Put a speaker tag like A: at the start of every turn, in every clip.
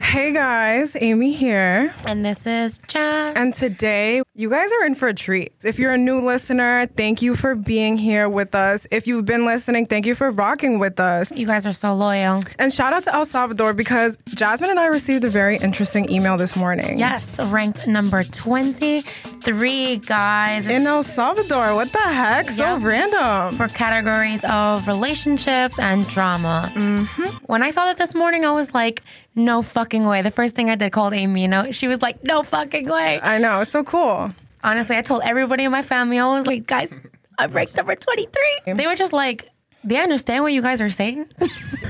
A: Hey guys, Amy here.
B: And this is Jess.
A: And today, you guys are in for a treat. If you're a new listener, thank you for being here with us. If you've been listening, thank you for rocking with us.
B: you guys are so loyal.
A: And shout out to El Salvador because Jasmine and I received a very interesting email this morning.
B: Yes, ranked number 23, guys.
A: In El Salvador, what the heck? So
B: Yeah.
A: random.
B: for categories of relationships and drama. When I saw that this morning, I was like, no fucking way. The first thing I did called Amy, and I- she was like, no fucking way.
A: I know, it's so cool.
B: Honestly, I told everybody in my family, I was like, guys, I'm ranked number 23. They were just like, do you understand what you guys are saying?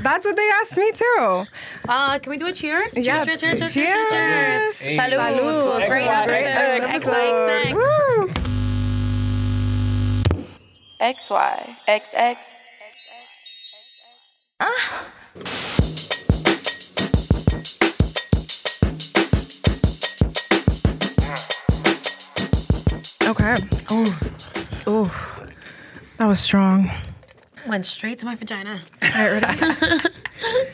A: That's what they asked me too.
B: Uh, can we do a cheers?
A: Yeah.
B: Cheers, cheers, cheers,
A: Cheers.
B: cheers, cheers, cheers.
A: Salud.
B: Salud. Great
A: Excellent.
B: episode.
A: Great
B: Excellent.
A: episode. Woo.
B: Thanks.
C: XYXX.
A: Okay. Oh. Ooh. That was strong.
B: Went straight to my vagina.
A: All right,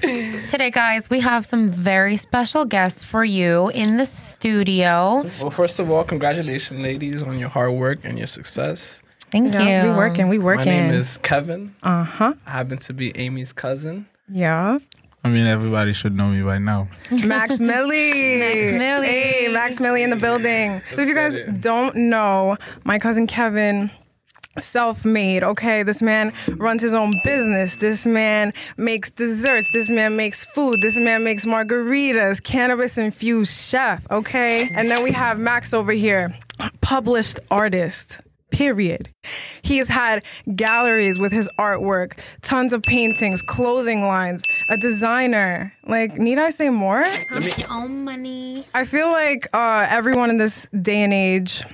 A: ready?
B: Today, guys, we have some very special guests for you in the studio.
D: Well, first of all, congratulations, ladies, on your hard work and your success.
B: Thank
A: yeah,
B: you.
A: we working, we
D: My
A: working.
D: name is Kevin. I
A: uh huh.
D: happen to be Amy's cousin.
A: Yeah.
E: I mean, everybody should know me by now.
A: Max Millie. Max
B: Millie.
A: Hey, Max Millie in the building. so if you guys
D: get it.
A: don't know, my cousin Kevin self-made okay this man runs his own business this man makes desserts this man makes food this man makes margaritas cannabis infused chef okay and then we have max over here published artist period he's had galleries with his artwork tons of paintings clothing lines a designer like need i say more
B: Oh, money.
A: I feel like uh, everyone in this day and age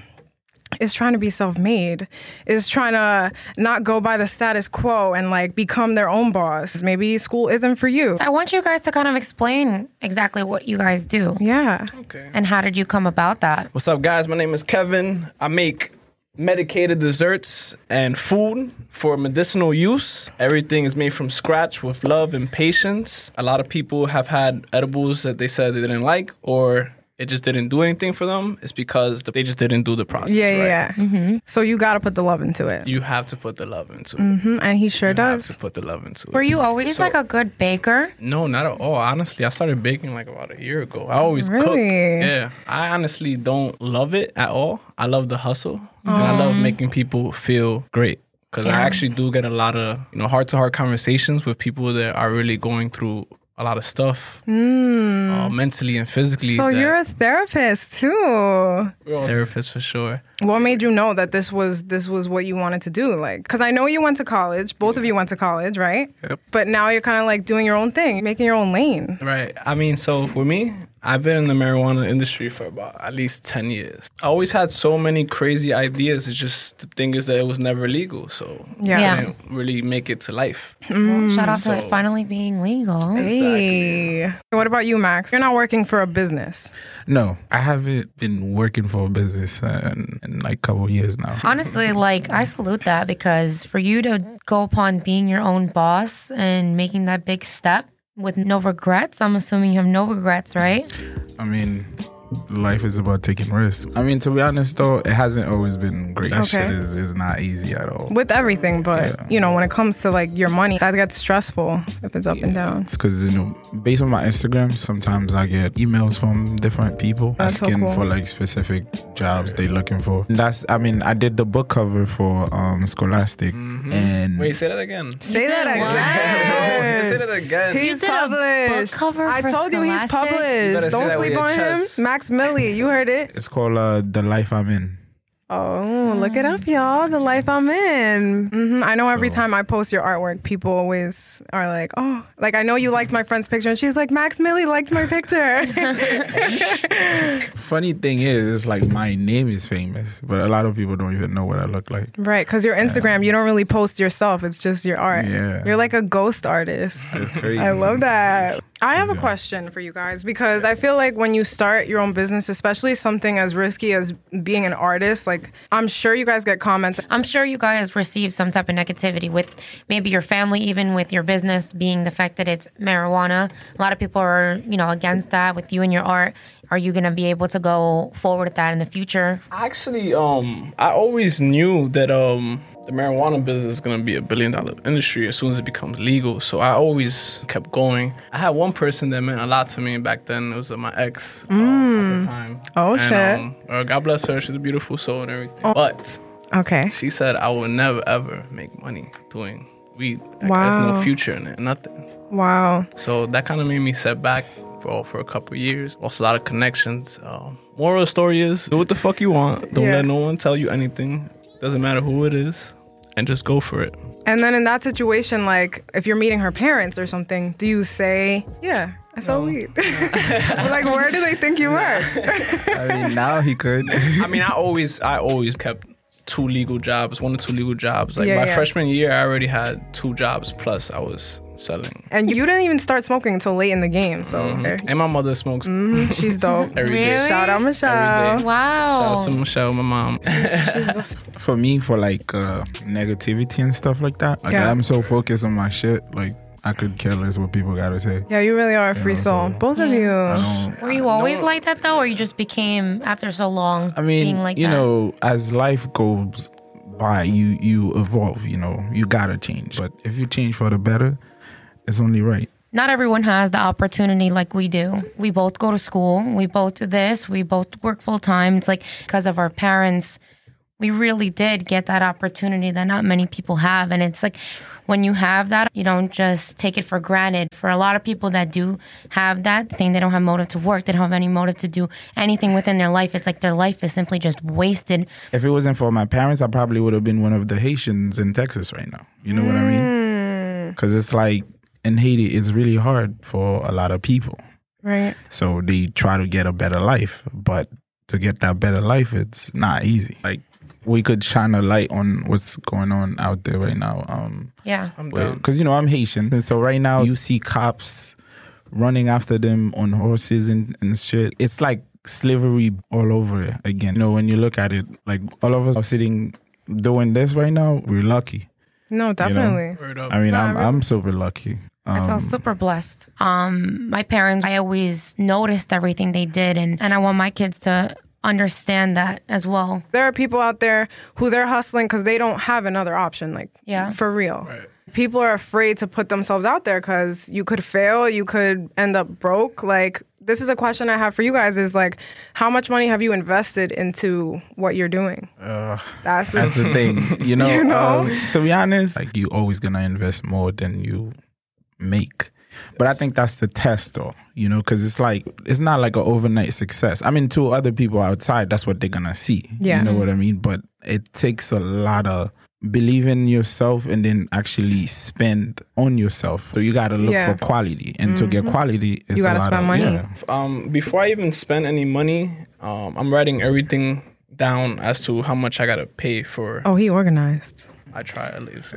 A: is trying to be self-made, is trying to not go by the status quo and like become their own boss. Maybe school isn't for you.
B: I want you guys to kind of explain exactly what you guys do
A: Yeah.
D: Okay.
B: and how did you come about that.
D: What's up, guys? My name is Kevin. I make medicated desserts and food for medicinal use. Everything is made from scratch with love and patience. A lot of people have had edibles that they said they didn't like or it just didn't do anything for them. It's because they just didn't do the process.
A: Yeah,
D: right. Mm-hmm.
A: yeah. So you got to put the love into it.
D: You have to put the love into it.
A: hmm And he sure
D: You have
A: does.
D: to put the love into it.
B: Were you always
D: So-
B: like a good baker?
D: No, not at all. Honestly, I started baking like about a year ago. I always cook.
A: Really?
D: Yeah. I honestly don't love it at all. I love the hustle and I love making people feel great. Because I actually do get a lot of, you know, heart to heart conversations with people that are really going through a lot of stuff uh, mentally and physically.
A: Hmm. So
D: that-
A: you're a therapist too.
D: therapist for sure.
A: What made you know that this was this was what you wanted to do? Like, because I know you went to college. Both of you went to college, right?
E: Yep.
A: But now you're kind of like doing your own thing, making your own lane.
D: Right. I mean, so for me, I've been in the marijuana industry for about at least 10 years. I always had so many crazy ideas. It's just the thing is that it was never legal. So
A: Yeah.
B: Yeah.
D: I didn't really make it to life.
B: Shout out to
D: Mm, so-
B: it finally being legal.
D: Exactly.
A: Hey. What about you, Max? You're not working for a business.
E: No, I haven't been working for a business uh, in, in like a couple years now.
B: Honestly, like I salute that because for you to go upon being your own boss and making that big step with no regrets, I'm assuming you have no regrets, right?
E: I mean, life is about taking risks. I mean, to be honest though, it hasn't always been great. That
A: Okay.
E: shit is, is not easy at all.
A: With everything, but
E: Yeah.
A: you know, when it comes to like your money, that gets stressful if it's up and down.
E: It's because you know, based on my Instagram, sometimes I get emails from different people
A: That's so
E: asking
A: cool.
E: for like specific jobs they looking for. And that's, I mean, I did the book cover for um Scholastic,
A: Mm-hmm.
E: and
D: Wait, say that again.
A: Say that
B: did what?
D: say
A: again.
D: that again.
A: He's
B: You did a book
A: published.
B: cover
A: I
B: for
A: told you he's
B: Scholastic? You
D: better
A: published.
D: say
A: Don't
D: that with
A: sleep
D: your
A: on him.
D: chest.
A: Max Millie, you heard it.
E: it's called uh, "The Life I'm In."
A: Oh, look it up, y'all. The life I'm in. hmm I know every
E: So-
A: time I post your artwork, people always are like, oh, like I know you liked my friend's picture. And she's like, Max Millie liked my picture.
E: Funny thing is, it's like my name is famous, but a lot of people don't even know what I look like.
A: Right, because your Instagram, you don't really post yourself. It's just your art.
E: Yeah.
A: You're like a ghost artist.
E: It's crazy.
A: I love that. I have a question for you guys because I feel like when you start your own business, especially something as risky as being an artist, like I'm sure you guys get comments.
B: I'm sure you guys receive some type of negativity with maybe your family, even with your business being the fact that it's marijuana. A lot of people are, you know, against that with you and your art. Are you going to be able to go forward with that in the future?
D: Actually, um, I always knew that um the marijuana business is gonna be a billion dollar industry as soon as it becomes legal. So I always kept going. I had one person that meant a lot to me back then. It was uh, my ex um, at the time.
A: Oh,
D: And,
A: shit. Oh.
D: Um, uh, God bless her. She's a beautiful soul and everything. But
A: Okay.
D: she said I will never ever make money doing weed. Like, There's
A: Wow.
D: no future in it. Nothing.
A: Wow.
D: So that kind of made me set back for for a couple years. Lost a lot of connections. Um, moral of the story is: do what the fuck you want. Don't
A: Yeah.
D: let no one tell you anything. Doesn't matter who it is, and just go for it.
A: And then in that situation, like if you're meeting her parents or something, do you say, "Yeah, I sell weed"? like, where do they think you are?
E: I mean, now he could.
D: I mean, I always I always kept two legal jobs, one or two legal jobs. Like
A: Yeah,
D: my
A: yeah.
D: freshman year, I already had two jobs plus I was selling.
A: And you didn't even start smoking until late in the game, so okay.
D: And my mother smokes
A: Mhm, she's dope.
D: Mm-hmm. every day.
B: Really?
A: Shout out Michelle.
D: Every day.
B: Wow.
D: Shout
A: Oh.
D: out to Michelle, my mom.
E: for me, for like uh, negativity and stuff like that, like
A: Yeah.
E: I'm so focused on my shit, like I could care less what people gotta say.
A: Yeah, you really are a free
E: Yeah,
A: soul,
E: so-
A: both of
E: I
A: you.
E: don't.
B: Were you always
D: No.
B: like that though, or you just became after so long?
E: I mean,
B: being like
E: you
B: that?
E: know, as life goes by, you you evolve. You know, you gotta change. But if you change for the better, it's only right.
B: not everyone has the opportunity like we do. We both go to school, we both do this, we both work full time. It's like because of our parents, we really did get that opportunity that not many people have. And it's like when you have that, you don't just take it for granted. For a lot of people that do have that thing, they don't have motive to work, they don't have any motive to do anything within their life. It's like their life is simply just wasted.
E: If it wasn't for my parents, I probably would have been one of the Haitians in Texas right now. You know what I mean? Because it's like in Haiti, it's really hard for a lot of people.
A: Right.
E: So they try to get a better life, but to get that better life, it's not easy. Like we could shine a light on what's going on out there right now. Um,
B: Yeah.
D: I'm down.
E: because you know I'm Haitian, and so right now you see cops running after them on horses and, and shit. It's like slavery all over again. You know, when you look at it, like all of us are sitting doing this right now. We're lucky.
A: No, definitely.
D: Word up.
E: I mean, I'm I'm super lucky.
B: I feel super blessed. Um, my parents, I always noticed everything they did, and, and I want my kids to understand that as well.
A: There are people out there who they're hustling because they don't have another option. Like,
B: Yeah.
A: for real. People are afraid to put themselves out there because you could fail, you could end up broke. Like, this is a question I have for you guys: is like, how much money have you invested into what you're doing? That's,
E: That's the thing, you know.
A: You know?
E: um, to be honest, like you always gonna invest more than you make, but I think that's the test, though. You know, because it's like it's not like an overnight success. I mean, to other people outside, that's what they're gonna see.
A: Yeah.
E: you know what I mean. But it takes a lot of believe in yourself and then actually spend on yourself. So you gotta look
A: Yeah. Mm-hmm.
E: for quality, and to get quality, it's
A: You gotta
E: a lot
A: spend
E: of,
A: money.
E: Yeah.
D: um, before I even spend any money, um, I'm writing everything down as to how much I gotta pay for.
A: oh, he organized.
D: I try at least,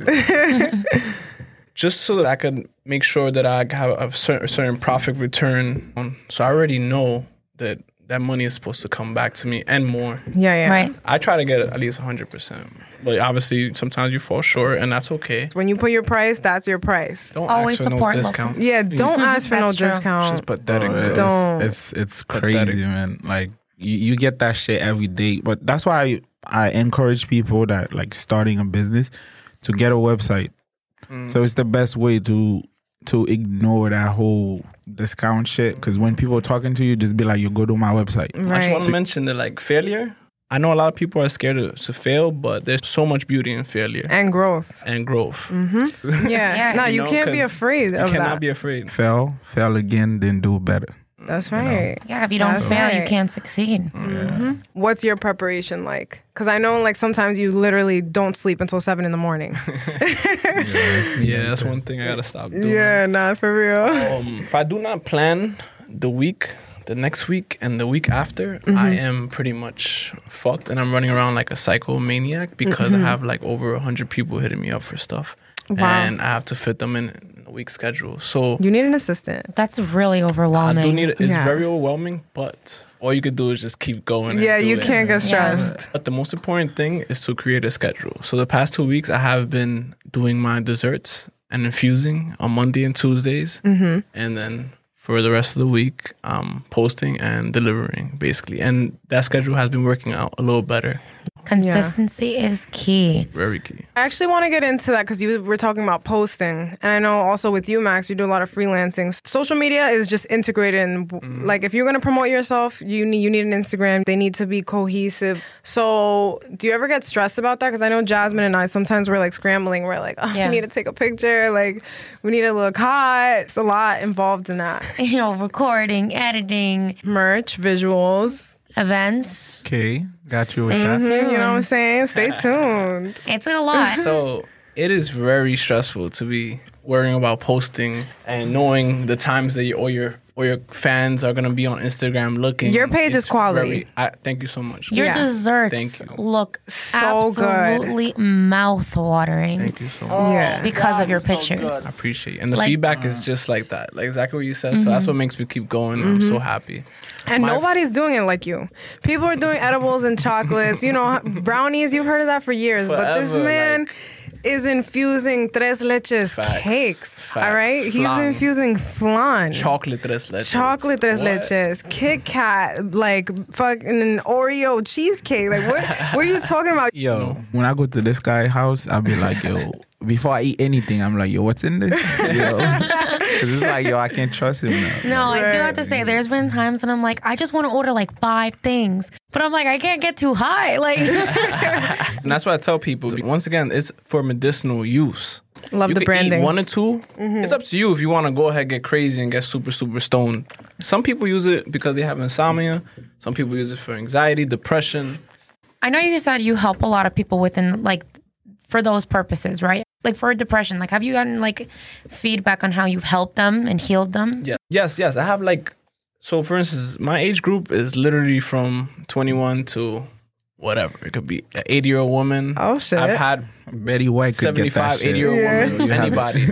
D: just so that I could make sure that I have a certain certain profit return. On, so I already know that that money is supposed to come back to me and more.
A: Yeah, yeah.
B: Right.
D: I try to get at least 100%. But obviously, sometimes you fall short, and that's okay.
A: When you put your price, that's your price.
D: Don't
B: Always
D: ask for no
B: support local.
D: discount.
A: Yeah, don't ask for no
B: That's true.
A: discount.
D: She's pathetic,
E: Oh,
D: bro.
E: it's,
A: Don't.
E: It's it's crazy,
D: Pathetic.
E: man. Like you, you get that shit every day, but that's why I, encourage people that like starting a business to get a website. So
D: Mm.
E: it's the best way to to ignore that whole discount shit. Because when people talking to you, just be like, "You go to my website."
D: I just
A: Right.
D: want to mention that, like, failure. I know a lot of people are scared to, to fail, but there's so much beauty in failure
A: and growth.
D: and growth.
A: Yeah.
B: Yeah.
A: No,
D: You
A: you,
D: know,
A: can't be
D: 'cause
A: afraid
D: You
A: Mm, of
D: cannot
A: that.
D: be afraid.
E: Fail, fail again, then do better.
A: That's right.
B: Yeah. If you don't
A: That's
B: fail, you
A: right.
B: can't succeed.
D: Mm.
A: What's your preparation like? Because I know, like, sometimes you literally don't sleep until seven in the morning.
D: Yeah, that's one thing I gotta stop doing.
A: not for real.
D: Um, if I do not plan the week, the next week, and the week after, I
A: Mm-hmm.
D: am pretty much fucked, and I'm running around like a psychomaniac because I have like over hundred people hitting me up for stuff,
A: Mm-hmm. Wow.
D: and I have to fit them in in a week schedule. So
A: You need an assistant.
B: That's really
D: I
B: overwhelming.
D: do need it's
A: Yeah.
D: very overwhelming, but all you could do is just keep going. and
A: Yeah,
D: do
A: you
D: it.
A: can't get
B: Yeah.
A: stressed.
D: But the most important thing is to create a schedule. So the past two weeks, I have been doing my desserts and infusing on Monday and Tuesdays, mm-hmm. and then for the rest of the week, um, posting and delivering basically. And that schedule has been working out a little better.
B: Consistency is key.
D: Very key.
A: I actually want to get into that because you were talking about posting, and I know also with you, Max, you do a lot of freelancing. Social media is just integrated. In, Like if you're gonna promote yourself, you need you need an Instagram. They need to be cohesive. So, do you ever get stressed about that? Because I know Jasmine and I sometimes we're like scrambling. We're like, oh,
B: Yeah.
A: we need to take a picture. Like we need to look hot. It's a lot involved in that.
B: You know, recording, editing,
A: Merch, visuals.
B: events.
E: Okay, got you with
B: Stay
E: that.
B: tuned.
A: Mm-hmm, You know what I'm saying? Stay tuned.
B: It's a lot.
D: So it is very stressful to be worrying about posting and knowing the times that you, or your or your fans are gonna be on Instagram looking.
A: Your page is
D: It's
A: quality.
D: very- I, thank you so much.
B: Your
A: Yeah.
B: desserts
D: Thank you.
B: look
A: So good.
B: absolutely mouth-watering
D: Thank you so much.
A: Yeah.
B: because of your pictures.
D: I appreciate it. And the
B: Like-
D: feedback is just like that. Like exactly what you said. So
A: Mm-hmm.
D: that's what makes me keep going. and I'm so happy.
A: And
D: My-
A: nobody's doing it like you. People are doing edibles and chocolates, you know, brownies. You've heard of that for years. but this
D: Forever,
A: man is infusing tres leches
D: Facts,
A: cakes.
D: facts.
A: all right?
D: Flan.
A: He's infusing flan.
D: Chocolate tres leches.
A: Chocolate tres
D: What?
A: leches, Kit Kat, like fucking an Oreo cheesecake. Like what? what are you talking about?
E: Yo, when I go to this guy house, I'll be like, yo, before I eat anything, I'm like, yo, what's in this? Yo, because it's like, yo, I can't trust him now.
B: No, I do have to say, there's been times that I'm like, I just want to order like five things, but I'm like, I can't get too high. Like,
D: And that's what I tell people. Be- Once again, it's for medicinal use.
A: Love
D: you
A: the
D: can eat
A: branding. Mm-hmm.
D: one or 2 It's up to you if you want to go ahead get crazy and get super super stoned. Some people use it because they have insomnia. Some people use it for anxiety, depression.
B: I know you said you help a lot of people within like for those purposes, right? Like for depression, like have you gotten like feedback on how you've helped them and healed them?
D: Yeah. Yes, yes. I have like so for instance, my age group is literally from 21 to whatever. It could be an 80-year-old woman.
A: Oh, shit.
D: I've had
E: Betty White could get
D: 75,
E: that shit.
D: 80 year old
A: Yeah.
D: woman, anybody.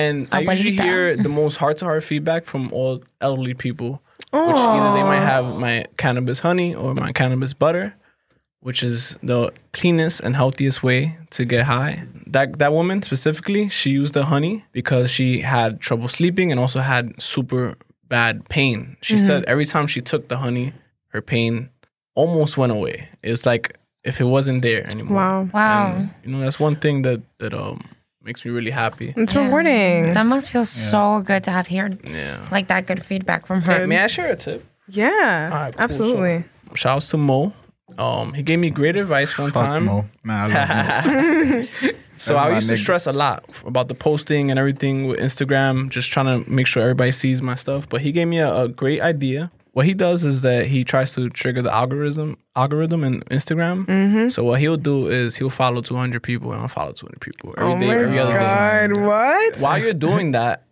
D: And I usually
B: Abuelita.
D: hear the most heart to heart feedback from all elderly people, which either they might have my cannabis honey or my cannabis butter, which is the cleanest and healthiest way to get high. That that woman specifically, she used the honey because she had trouble sleeping and also had super bad pain. She said every time she took the honey, her pain almost went away. It's like if it wasn't there anymore.
A: Wow.
B: Wow.
D: And, you know, that's one thing that that um makes me really happy.
A: It's
B: Yeah.
A: rewarding.
B: That must feel so good to have heard
D: Yeah.
B: like that good feedback from her.
D: Hey, may I share a tip?
A: Yeah,
D: right, cool, so-
A: absolutely.
D: Shouts to Mo. Um, he gave me great advice one
E: Fuck
D: time.
E: Mo. Nah, I love Mo.
D: So
E: That's
D: I
E: my
D: used to
E: nigga.
D: stress a lot about the posting and everything with Instagram, just trying to make sure everybody sees my stuff. But he gave me a, a great idea. What he does is that he tries to trigger the algorithm algorithm in Instagram.
A: Mm-hmm.
D: So what he'll do is he'll follow 200 people and I'll follow 200 people every
A: Oh
D: day,
A: my
D: every other day.
A: god, what?
D: while you're doing that,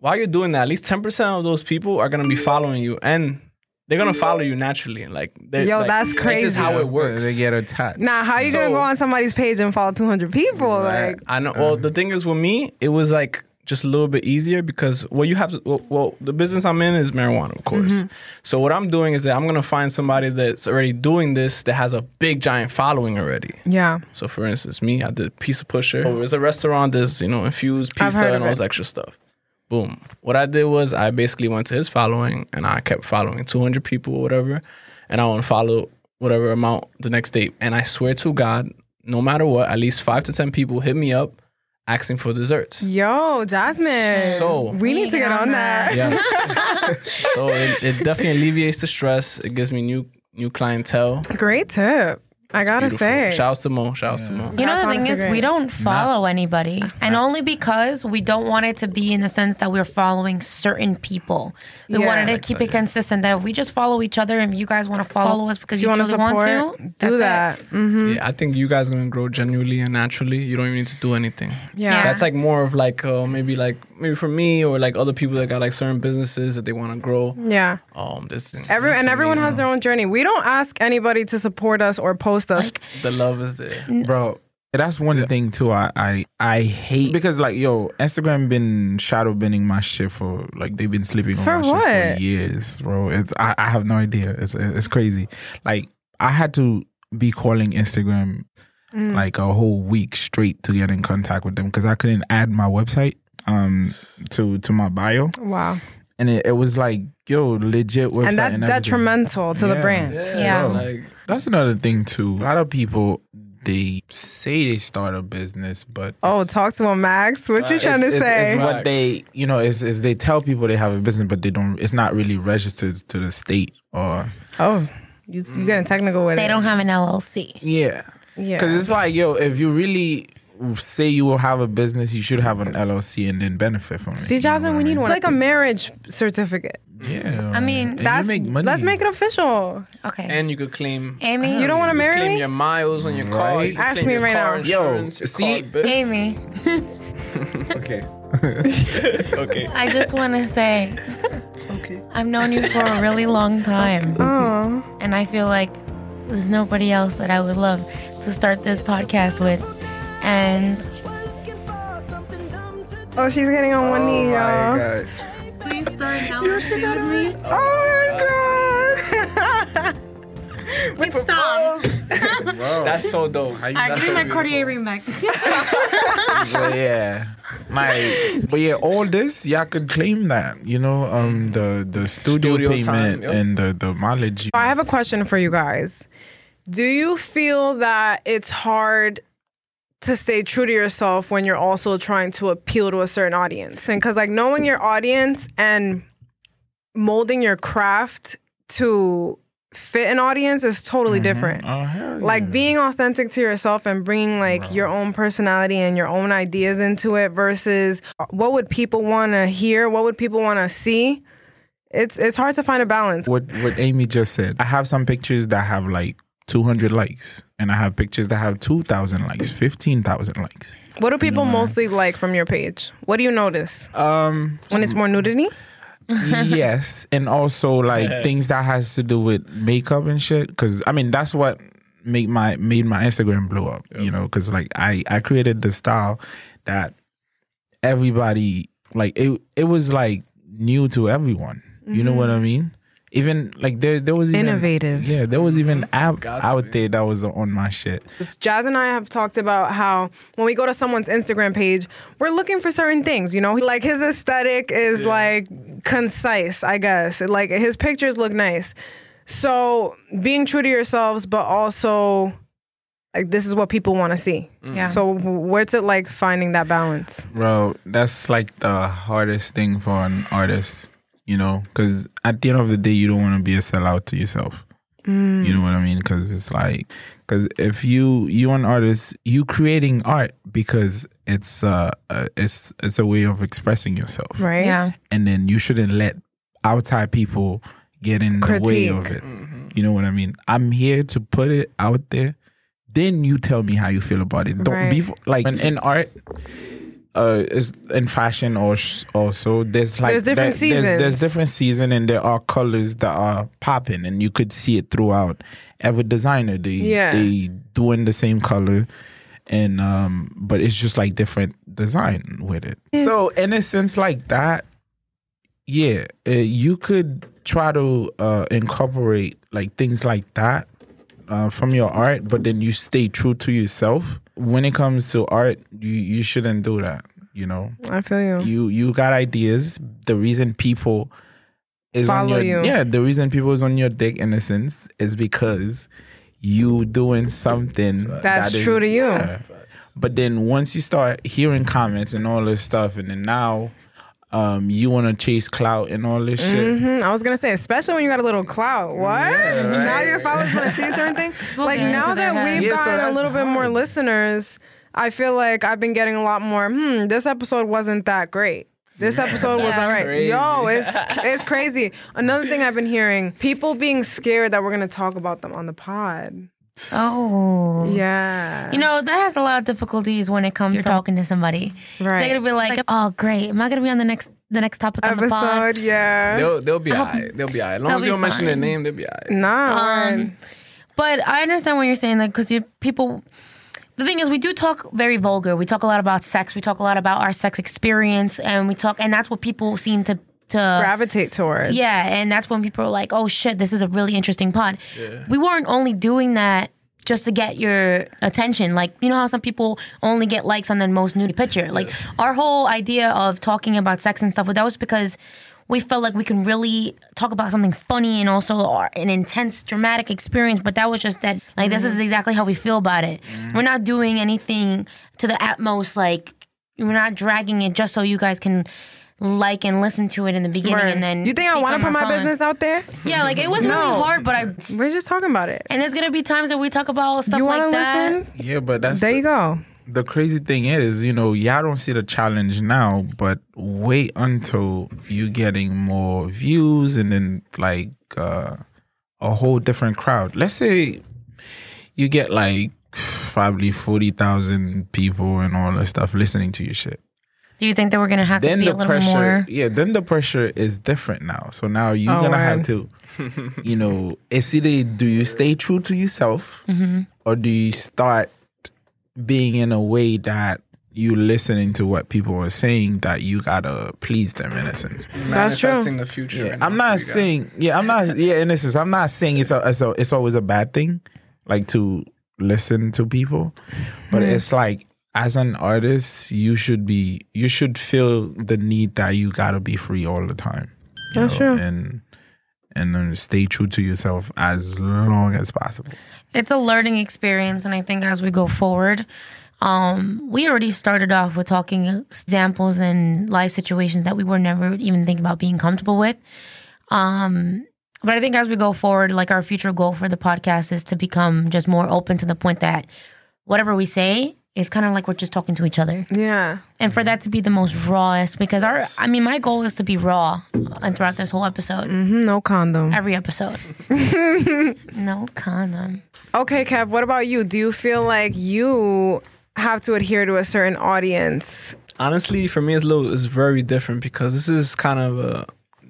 D: while you're doing that, at least ten percent of those people are gonna be following you, and they're gonna follow you naturally. Like, they-
A: Yo,
D: like,
A: that's
D: That's just
A: crazy.
D: how it works.
E: They get attacked.
A: Now, how you gonna
D: So-
A: go on somebody's page and follow 200 people?
E: Right.
A: Like,
D: I know. Well, the thing is, with me, it was like just a little bit easier because what you have. To, well, well, the business I'm in is marijuana, of course. So what I'm doing is that I'm gonna find somebody that's already doing this that has a big giant following already.
A: yeah.
D: So for instance, me, I did pizza pusher. Oh, there's a restaurant that's you know infused
A: I've
D: pizza
A: heard
D: and
A: of
D: all this
A: it.
D: extra stuff. Boom. What I did was I basically went to his following and I kept following 200 people or whatever, and I unfollowed whatever amount the next day. And I swear to God, no matter what, at least five to ten people hit me up asking for desserts.
A: Mm. Yo, Jasmine.
D: So-
A: we need to get on that.
E: Yes.
D: so it, it definitely alleviates the stress. It gives me new new clientele.
A: Great tip. I gotta
D: Beautiful.
A: say.
D: Shouts to Mo. Shouts to Mo.
B: You know,
A: That's
B: the thing
A: honestly
B: is,
A: great.
B: we don't follow anybody, and only because we don't want it to be in the sense that we're following certain people. We
A: Yeah.
B: wanted to keep it consistent that if we just follow each other and you guys want to follow us because
A: you
B: you,
A: want to
B: truly
A: support?
B: want to, that's
A: do
B: it.
A: that. Mm-hmm.
D: Yeah, I think you guys are gonna grow genuinely and naturally. You don't even need to do anything.
A: Yeah.
D: That's like more of like uh, maybe like maybe for me or like other people that got like certain businesses that they want to grow.
A: Yeah.
D: Um, this
A: Mm-hmm. Every,
D: it's
A: and everyone
D: amazing.
A: has their own journey. We don't ask anybody to support us or post us.
B: Like,
D: the love is there.
E: Bro, That's one thing too. I, I I hate because like yo, Instagram been shadow bending my shit for like they've been sleeping on
A: For
E: my shit
A: what?
E: for years, bro. It's I, I have no idea. It's it's crazy. Like I had to be calling Instagram
A: Mm.
E: like a whole week straight to get in contact with them because I couldn't add my website um to to my bio,
A: Wow.
E: and it, it was like yo legit website
A: And that's
E: everything.
A: detrimental to the
E: Yeah.
A: brand.
B: Yeah.
D: Like,
E: That's another thing too. A lot of people they say they start a business, but
A: Oh,
E: it's-
A: talk to him, Max. What you
D: It's-
A: trying to
E: it's, it's-
A: say?
E: it's what
D: Facts.
E: they you know is is they tell people they have a business, but they don't. It's not really registered to the state or
A: oh, you
E: Mm.
A: you getting technical with it?
B: They don't have an LLC.
E: yeah. Because
A: Yeah.
E: it's like yo, if you really say you will have a business, you should have an LLC and then benefit from it.
A: See,
E: you know
A: Jocelyn,
E: what
A: we
E: I
A: need
E: mean?
A: one. It's like a marriage certificate.
E: Yeah,
B: I mean,
E: and you
A: That's
E: make money.
A: let's make it official.
B: Okay.
D: and you could claim.
B: Amy,
A: You don't want to marry
D: Claim
A: me?
D: your miles on your car. you
E: Mm, Right.
D: can
A: Ask
D: claim
A: me
D: your
A: right
D: car
A: now.
E: Yo,
D: insurance, your
E: see?
D: car bills.
B: Amy,
E: okay.
D: Okay.
B: I just want to say, I've known you for a really long time,
A: Oh,
B: and I feel like there's nobody else that I would love to start this podcast with. And
A: oh, she's getting on one knee, y'all.
B: please start an LLC with me.
A: Oh my god. Wait,
B: Stop.
D: That's so dope.
B: All right,
D: That's
B: give me
D: so
B: my
D: beautiful.
B: Cartier ring back.
E: but yeah, my but yeah, all this y'all could claim that you know, um, the the studio,
D: Studio time,
E: payment
D: yep.
E: and the the mileage. you-
A: I have a question for you guys. Do you feel that it's hard to stay true to yourself when you're also trying to appeal to a certain audience? And because, like, knowing your audience and molding your craft to fit an audience is totally different.
E: Oh, hell
A: Like
E: yeah.
A: being authentic to yourself and bringing like your own personality and your own ideas into it versus uh, what would people want to hear? What would people want to see? It's it's hard to find a balance.
E: what what Amy just said. I have some pictures that have like 200 likes, and I have pictures that have 2,000 likes, 15,000 likes.
A: What do people mostly like from your page? What do you notice?
E: Um,
A: When it's more nudity?
E: yes, and also like things that has to do with makeup and shit. Because I mean, that's what make my made my Instagram blow up. You know, because like I I created the style that everybody like it. It was like new to everyone. You know what I mean? Even like there there was even,
A: Innovative.
E: Yeah, there was even app
D: Godspeed.
E: out there that was on my shit.
A: Jazz and I have talked about how when we go to someone's Instagram page, we're looking for certain things, you know? Like his aesthetic is like concise, I guess. Like his pictures look nice. So being true to yourselves, but also like this is what people want to see.
B: Yeah.
A: So where's it like finding that balance?
E: Bro, that's like the hardest thing for an artist, you know, because at the end of the day, you don't want to be a sellout to yourself.
A: Mm,
E: You know what I mean? Because it's like, because if you you an artist, you creating art because it's uh, uh it's it's a way of expressing yourself,
A: Right?
B: yeah.
E: and then you shouldn't let outside people get in the way of
A: Critique.
E: it. You know what I mean? I'm here to put it out there. Then you tell me how you feel about it. Don't be
A: Right.
E: like in, in art, uh, is in fashion or sh- also there's like
A: There's different
E: there- there's- There's,
A: seasons.
E: different season and there are colors that are popping and you could see it throughout. Every designer they
A: Yeah.
E: they doing the same color and um but it's just like different design with it. So in a sense like that, yeah, uh, you could try to uh, incorporate like things like that uh, from your art, but then you stay true to yourself. When it comes to art, you you shouldn't do that. You know,
A: I feel you.
E: you you got ideas. The reason people is
A: Follow
E: on your
A: you.
E: yeah, the reason people is on your dick in a sense is because you doing something
A: That's
E: that
A: true
E: is-
A: to you.
E: yeah. But then once you start hearing comments and all this stuff, and then now um, you want to chase clout and all this shit.
A: Mhm, I was gonna say, especially when you got a little clout. What? Now your followers want to see certain thing. like
B: get into
A: now
B: their
A: that
B: heads.
A: we've
E: Yeah, so
A: gotten a
E: that's
A: little bit more listeners, I feel like I've been getting a lot more. Hmm, this episode wasn't that great. This episode was
B: Yeah.
A: all right.
D: Crazy.
A: Yo, it's it's crazy. Another thing I've been hearing: people being scared that we're gonna talk about them on the pod.
B: Oh.
E: Mm.
A: Yeah.
B: You know, that has a lot of difficulties when it comes to talking to somebody.
A: Right.
B: They're gonna be like, Oh great, am I gonna be on the next the next topic on the pod?
A: episode. Yeah.
D: They'll, they'll be alright. They'll be alright. As long
B: They'll
D: as
B: be
D: you don't mention their
B: fine. Um,
D: name, they'll be alright.
A: Nah.
B: But I understand what you're saying, like, because people the thing is we do talk very vulgar we talk a lot about sex we talk a lot about our sex experience and we talk and that's what people seem to to
A: gravitate towards.
B: yeah and that's when people are like oh shit this is a really interesting pod we weren't only doing that just to get your attention like you know how some people only get likes on their most nude picture like our whole idea of talking about sex and stuff that was because we felt like we can really talk about something funny and also our, an intense dramatic experience but that was just that like this is exactly how we feel about it we're not doing anything to the utmost like we're not dragging it just so you guys can like and listen to it in the beginning
A: Right.
B: and then
A: you think I
B: click
A: want
B: on
A: to put my
B: our phone.
A: business out there?
B: yeah like it was really
A: No.
B: hard but i
A: We're just talking about it.
B: and there's gonna be times that we talk about stuff
A: You want
B: like
A: to
B: that
A: listen?
E: Yeah, but that's
A: There you go.
E: the crazy thing is, you know, y'all don't see the challenge now, but wait until you getting more views and then like uh, a whole different crowd. Let's say you get like probably 40,000 people and all that stuff listening to your shit.
B: do you think that we're gonna have to
E: Then
B: be a
E: the
B: little
E: pressure,
B: more
E: yeah, then the pressure is different now. So now you're
A: Oh,
E: going to have
A: word.
E: to, you know, it's either do you stay true to yourself?
B: hmm
E: or do you start being in a way that you listening to what people are saying that you gotta please them in a sense?
A: That's true.
D: Manifesting the future.
E: Yeah,
D: right
E: I'm
D: now
E: not
D: for you guys.
E: saying yeah, I'm not yeah, in essence, I'm not saying it's a, it's a, it's always a bad thing, like to listen to people, but
A: Mm-hmm.
E: it's like as an artist, you should be you should feel the need that you gotta be free all the time. you
A: That's
E: know,
A: true.
E: And and then stay true to yourself as long as possible.
B: it's a learning experience and i think as we go forward um, we already started off with talking examples and life situations that we were never even think about being comfortable with um, but i think as we go forward like our future goal for the podcast is to become just more open to the point that whatever we say it's kind of like we're just talking to each other
A: Yeah.
B: and for that to be the most rawest because our i mean my goal is to be raw and throughout this whole episode
A: hmm no condom.
B: every episode no condom
A: Okay, Kev, what about you? Do you feel like you have to adhere to a certain audience?
D: honestly for me it's little it's very different because this is kind of a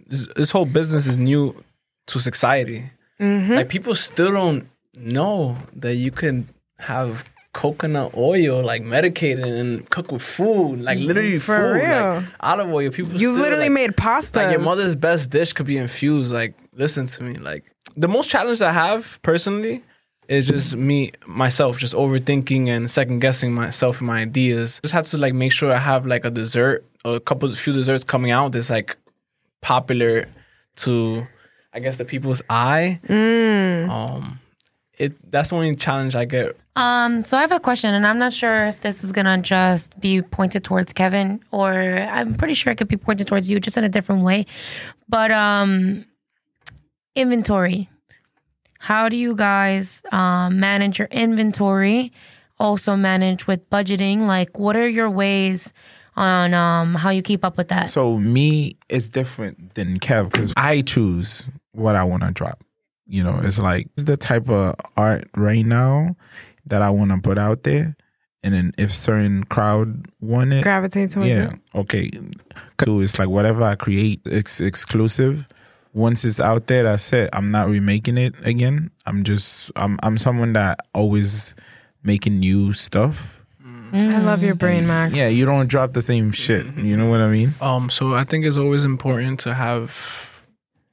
D: this, this whole business is new to society
A: Mm-hmm.
D: like people still don't know that you can have coconut oil like medicated and cook with food like literally
A: For
D: food
A: real.
D: like olive oil people
A: You
D: still,
A: literally
D: like-
A: made pasta.
D: like your mother's best dish could be infused. Like, listen to me. Like, the most challenge I have personally is just me myself, just overthinking and second guessing myself and my ideas. Just had to like make sure I have like a dessert or a couple, few desserts coming out that's like popular to, I guess, the people's eye. Um, it that's the only challenge I get.
B: Um, so I have a question, and I'm not sure if this is gonna just be pointed towards Kevin, or I'm pretty sure it could be pointed towards you, just in a different way. But um, inventory. How do you guys um, manage your inventory? Also manage with budgeting. Like, what are your ways on um, how you keep up with that?
E: So me is different than Kev because I choose what I want to drop. You know, it's like it's the type of art right now that I want to put out there, and then if certain crowd want it,
A: gravitate towards
E: yeah,
A: it.
E: okay. Cool. It's like whatever I create, it's exclusive. Once it's out there, that's it. I'm not remaking it again. I'm just I'm I'm someone that always making new stuff.
A: I love
D: Mm.
A: your brain, Max.
E: Yeah, you don't drop the same shit. You know what I mean?
D: Um, so I think it's always important to have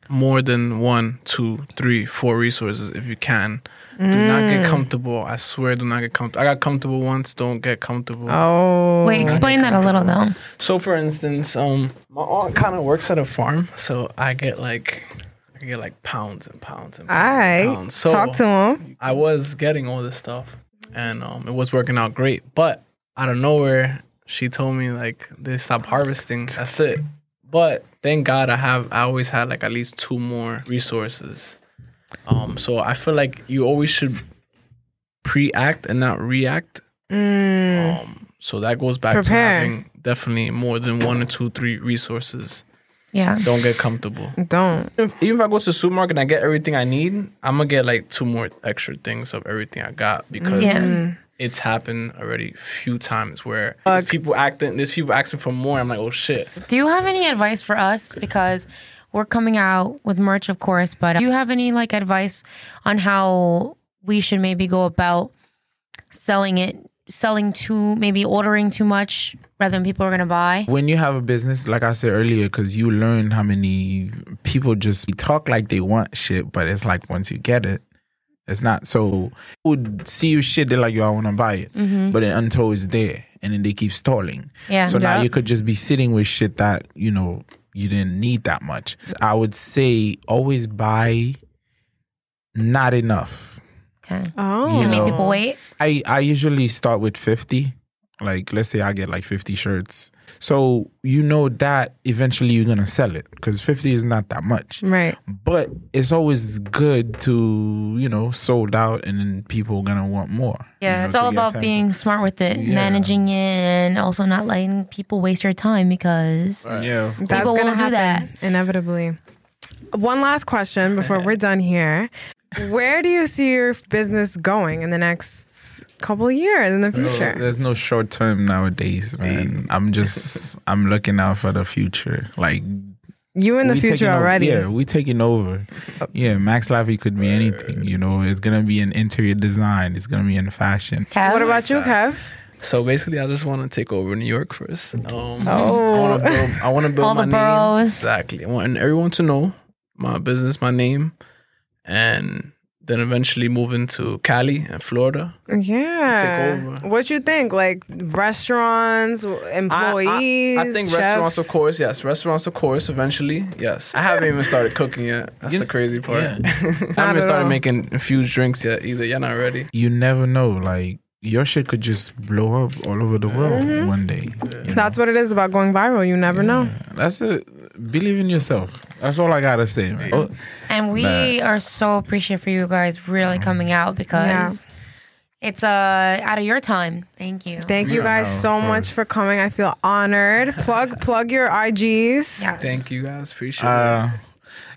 D: more than one, two, three, four resources if you can. Do not
A: Mm.
D: get comfortable. I swear, do not get comfortable. I got comfortable once. Don't get comfortable.
A: Oh.
B: Mm. Wait, explain that a little though.
D: So, for instance, um, my aunt kind of works at a farm, so I get like, I get like pounds and pounds and
A: All
D: pounds. Oh, and
A: right.
D: pounds. So
A: Talk to him.
D: I was getting all this stuff, and um, it was working out great. But out of nowhere, she told me like they stopped harvesting. That's it. But thank God I have. I always had like at least two more resources. Um, so I feel like you always should pre-act and not react. Um, so that goes back
A: Prepare.
D: to having definitely more than one or two, three resources.
B: Yeah.
D: Don't get comfortable.
A: Don't.
D: Even if, even if I go to the supermarket and I get everything I need, I'm gonna get like two more extra things of everything I got because
B: Yeah.
D: it's happened already few times where there's people acting, there's people asking for more. I'm like, oh shit.
B: Do you have any advice for us? Because we're coming out with merch, of course, but do you have any like advice on how we should maybe go about selling it selling too, maybe ordering too much rather than people are gonna buy.
E: when you have a business, like I said earlier, because you learn how many people just talk like they want shit, but it's like once you get it, it's not. So would see you shit, they're like, yo, I want to buy
B: Mm-hmm.
E: it,
A: Mm-hmm.
E: but then until it's there, and then they keep stalling.
B: Yeah.
E: So now
A: Yeah.
E: you could just be sitting with shit that you know you didn't need that much. I would say always buy not enough.
B: Okay.
A: Oh,
E: You
B: Make
E: know.
B: people wait.
E: I I usually start with 50. Like let's say I get like 50 shirts. So you know that eventually you're going to sell it cuz 50 is not that much.
A: right.
E: But it's always good to, you know, sold out and then people going to want more. you
B: Yeah,
E: know,
B: it's
E: to
B: all
E: get
B: about
E: sample.
B: being smart with it,
E: Yeah.
B: managing it, and also not letting people waste their time because
E: Yeah. of
A: That's
B: People
A: gonna
B: will do
A: happen, inevitably. One last question before we're done here. Where do you see your business going in the next couple of years
D: Oh,
A: in the
E: Well,
A: future?
E: There's no short term nowadays, man. I'm just I'm looking out for the future. Like
A: You in the
E: we taking
A: future
E: over-
A: already. Oh.
E: yeah, we taking over. Yeah, Max Laffy could be anything. You know, it's gonna be in interior design. It's gonna be in fashion.
B: Kev,
A: What about you, Kev?
D: So basically, I just want to take over New York first. Um, I
A: Oh.
D: want to build. I want to build
B: All
D: my
B: the
D: name.
B: boroughs.
D: Exactly. I want everyone to know my business, my name, and then eventually move into Cali and Florida.
A: Yeah.
D: Take over.
A: What you think? Like restaurants, employees,
D: I, I, I think
A: chefs?
D: restaurants, of course. Yes, restaurants, of course. Eventually, yes. I haven't even started cooking yet. That's
E: You-
D: the crazy part.
E: yeah.
D: I
A: Not
D: haven't even
A: at
D: started
A: all.
D: making infused drinks yet either. You're not ready.
E: You never know. Like your shit could just blow up all over the world one day. you
A: Mm-hmm. That's what it is about going viral. You never know.
E: know? that's it. Believe in yourself. That's all I gotta say, man. Oh,
B: And we
E: But-
B: are so appreciative for you guys really coming out because it's uh out of your time. Thank you.
A: Thank you
E: Yeah,
A: guys
E: no, of
A: so much
E: course.
A: for coming. I feel honored. Plug plug your IGs.
B: Yes.
D: Thank you guys. Appreciate
E: Uh,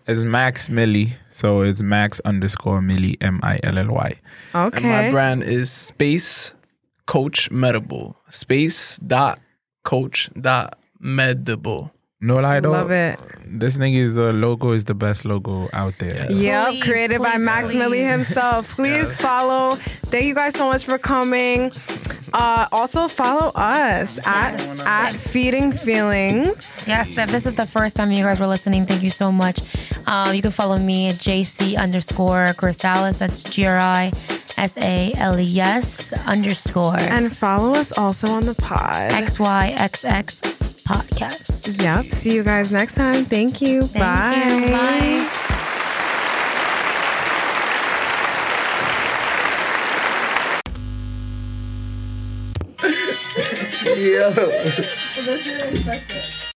E: it's Max Millie. So it's Max underscore Millie M I L L Y.
D: it. And my
A: Okay.
D: brand is Space Coach Medible. Space dot Coach dot Medible.
E: No lie though.
A: Love it.
E: This nigga's uh, logo is the best logo out there.
D: Yeah.
A: Yep,
B: Please,
A: created by
B: please,
A: Max
B: please.
A: Millie himself. Please follow. Thank you guys so much for coming. Uh, also follow us at at Feeding Feelings.
B: Yes, if this is the first time you guys were listening, thank you so much. Um, you can follow me at JC underscore Grisales. That's G R I S A L E S underscore
A: And follow us also on the pod.
B: X Y X X podcast.
A: Yep. See you guys next time. Thank you.
B: Thank you. Bye.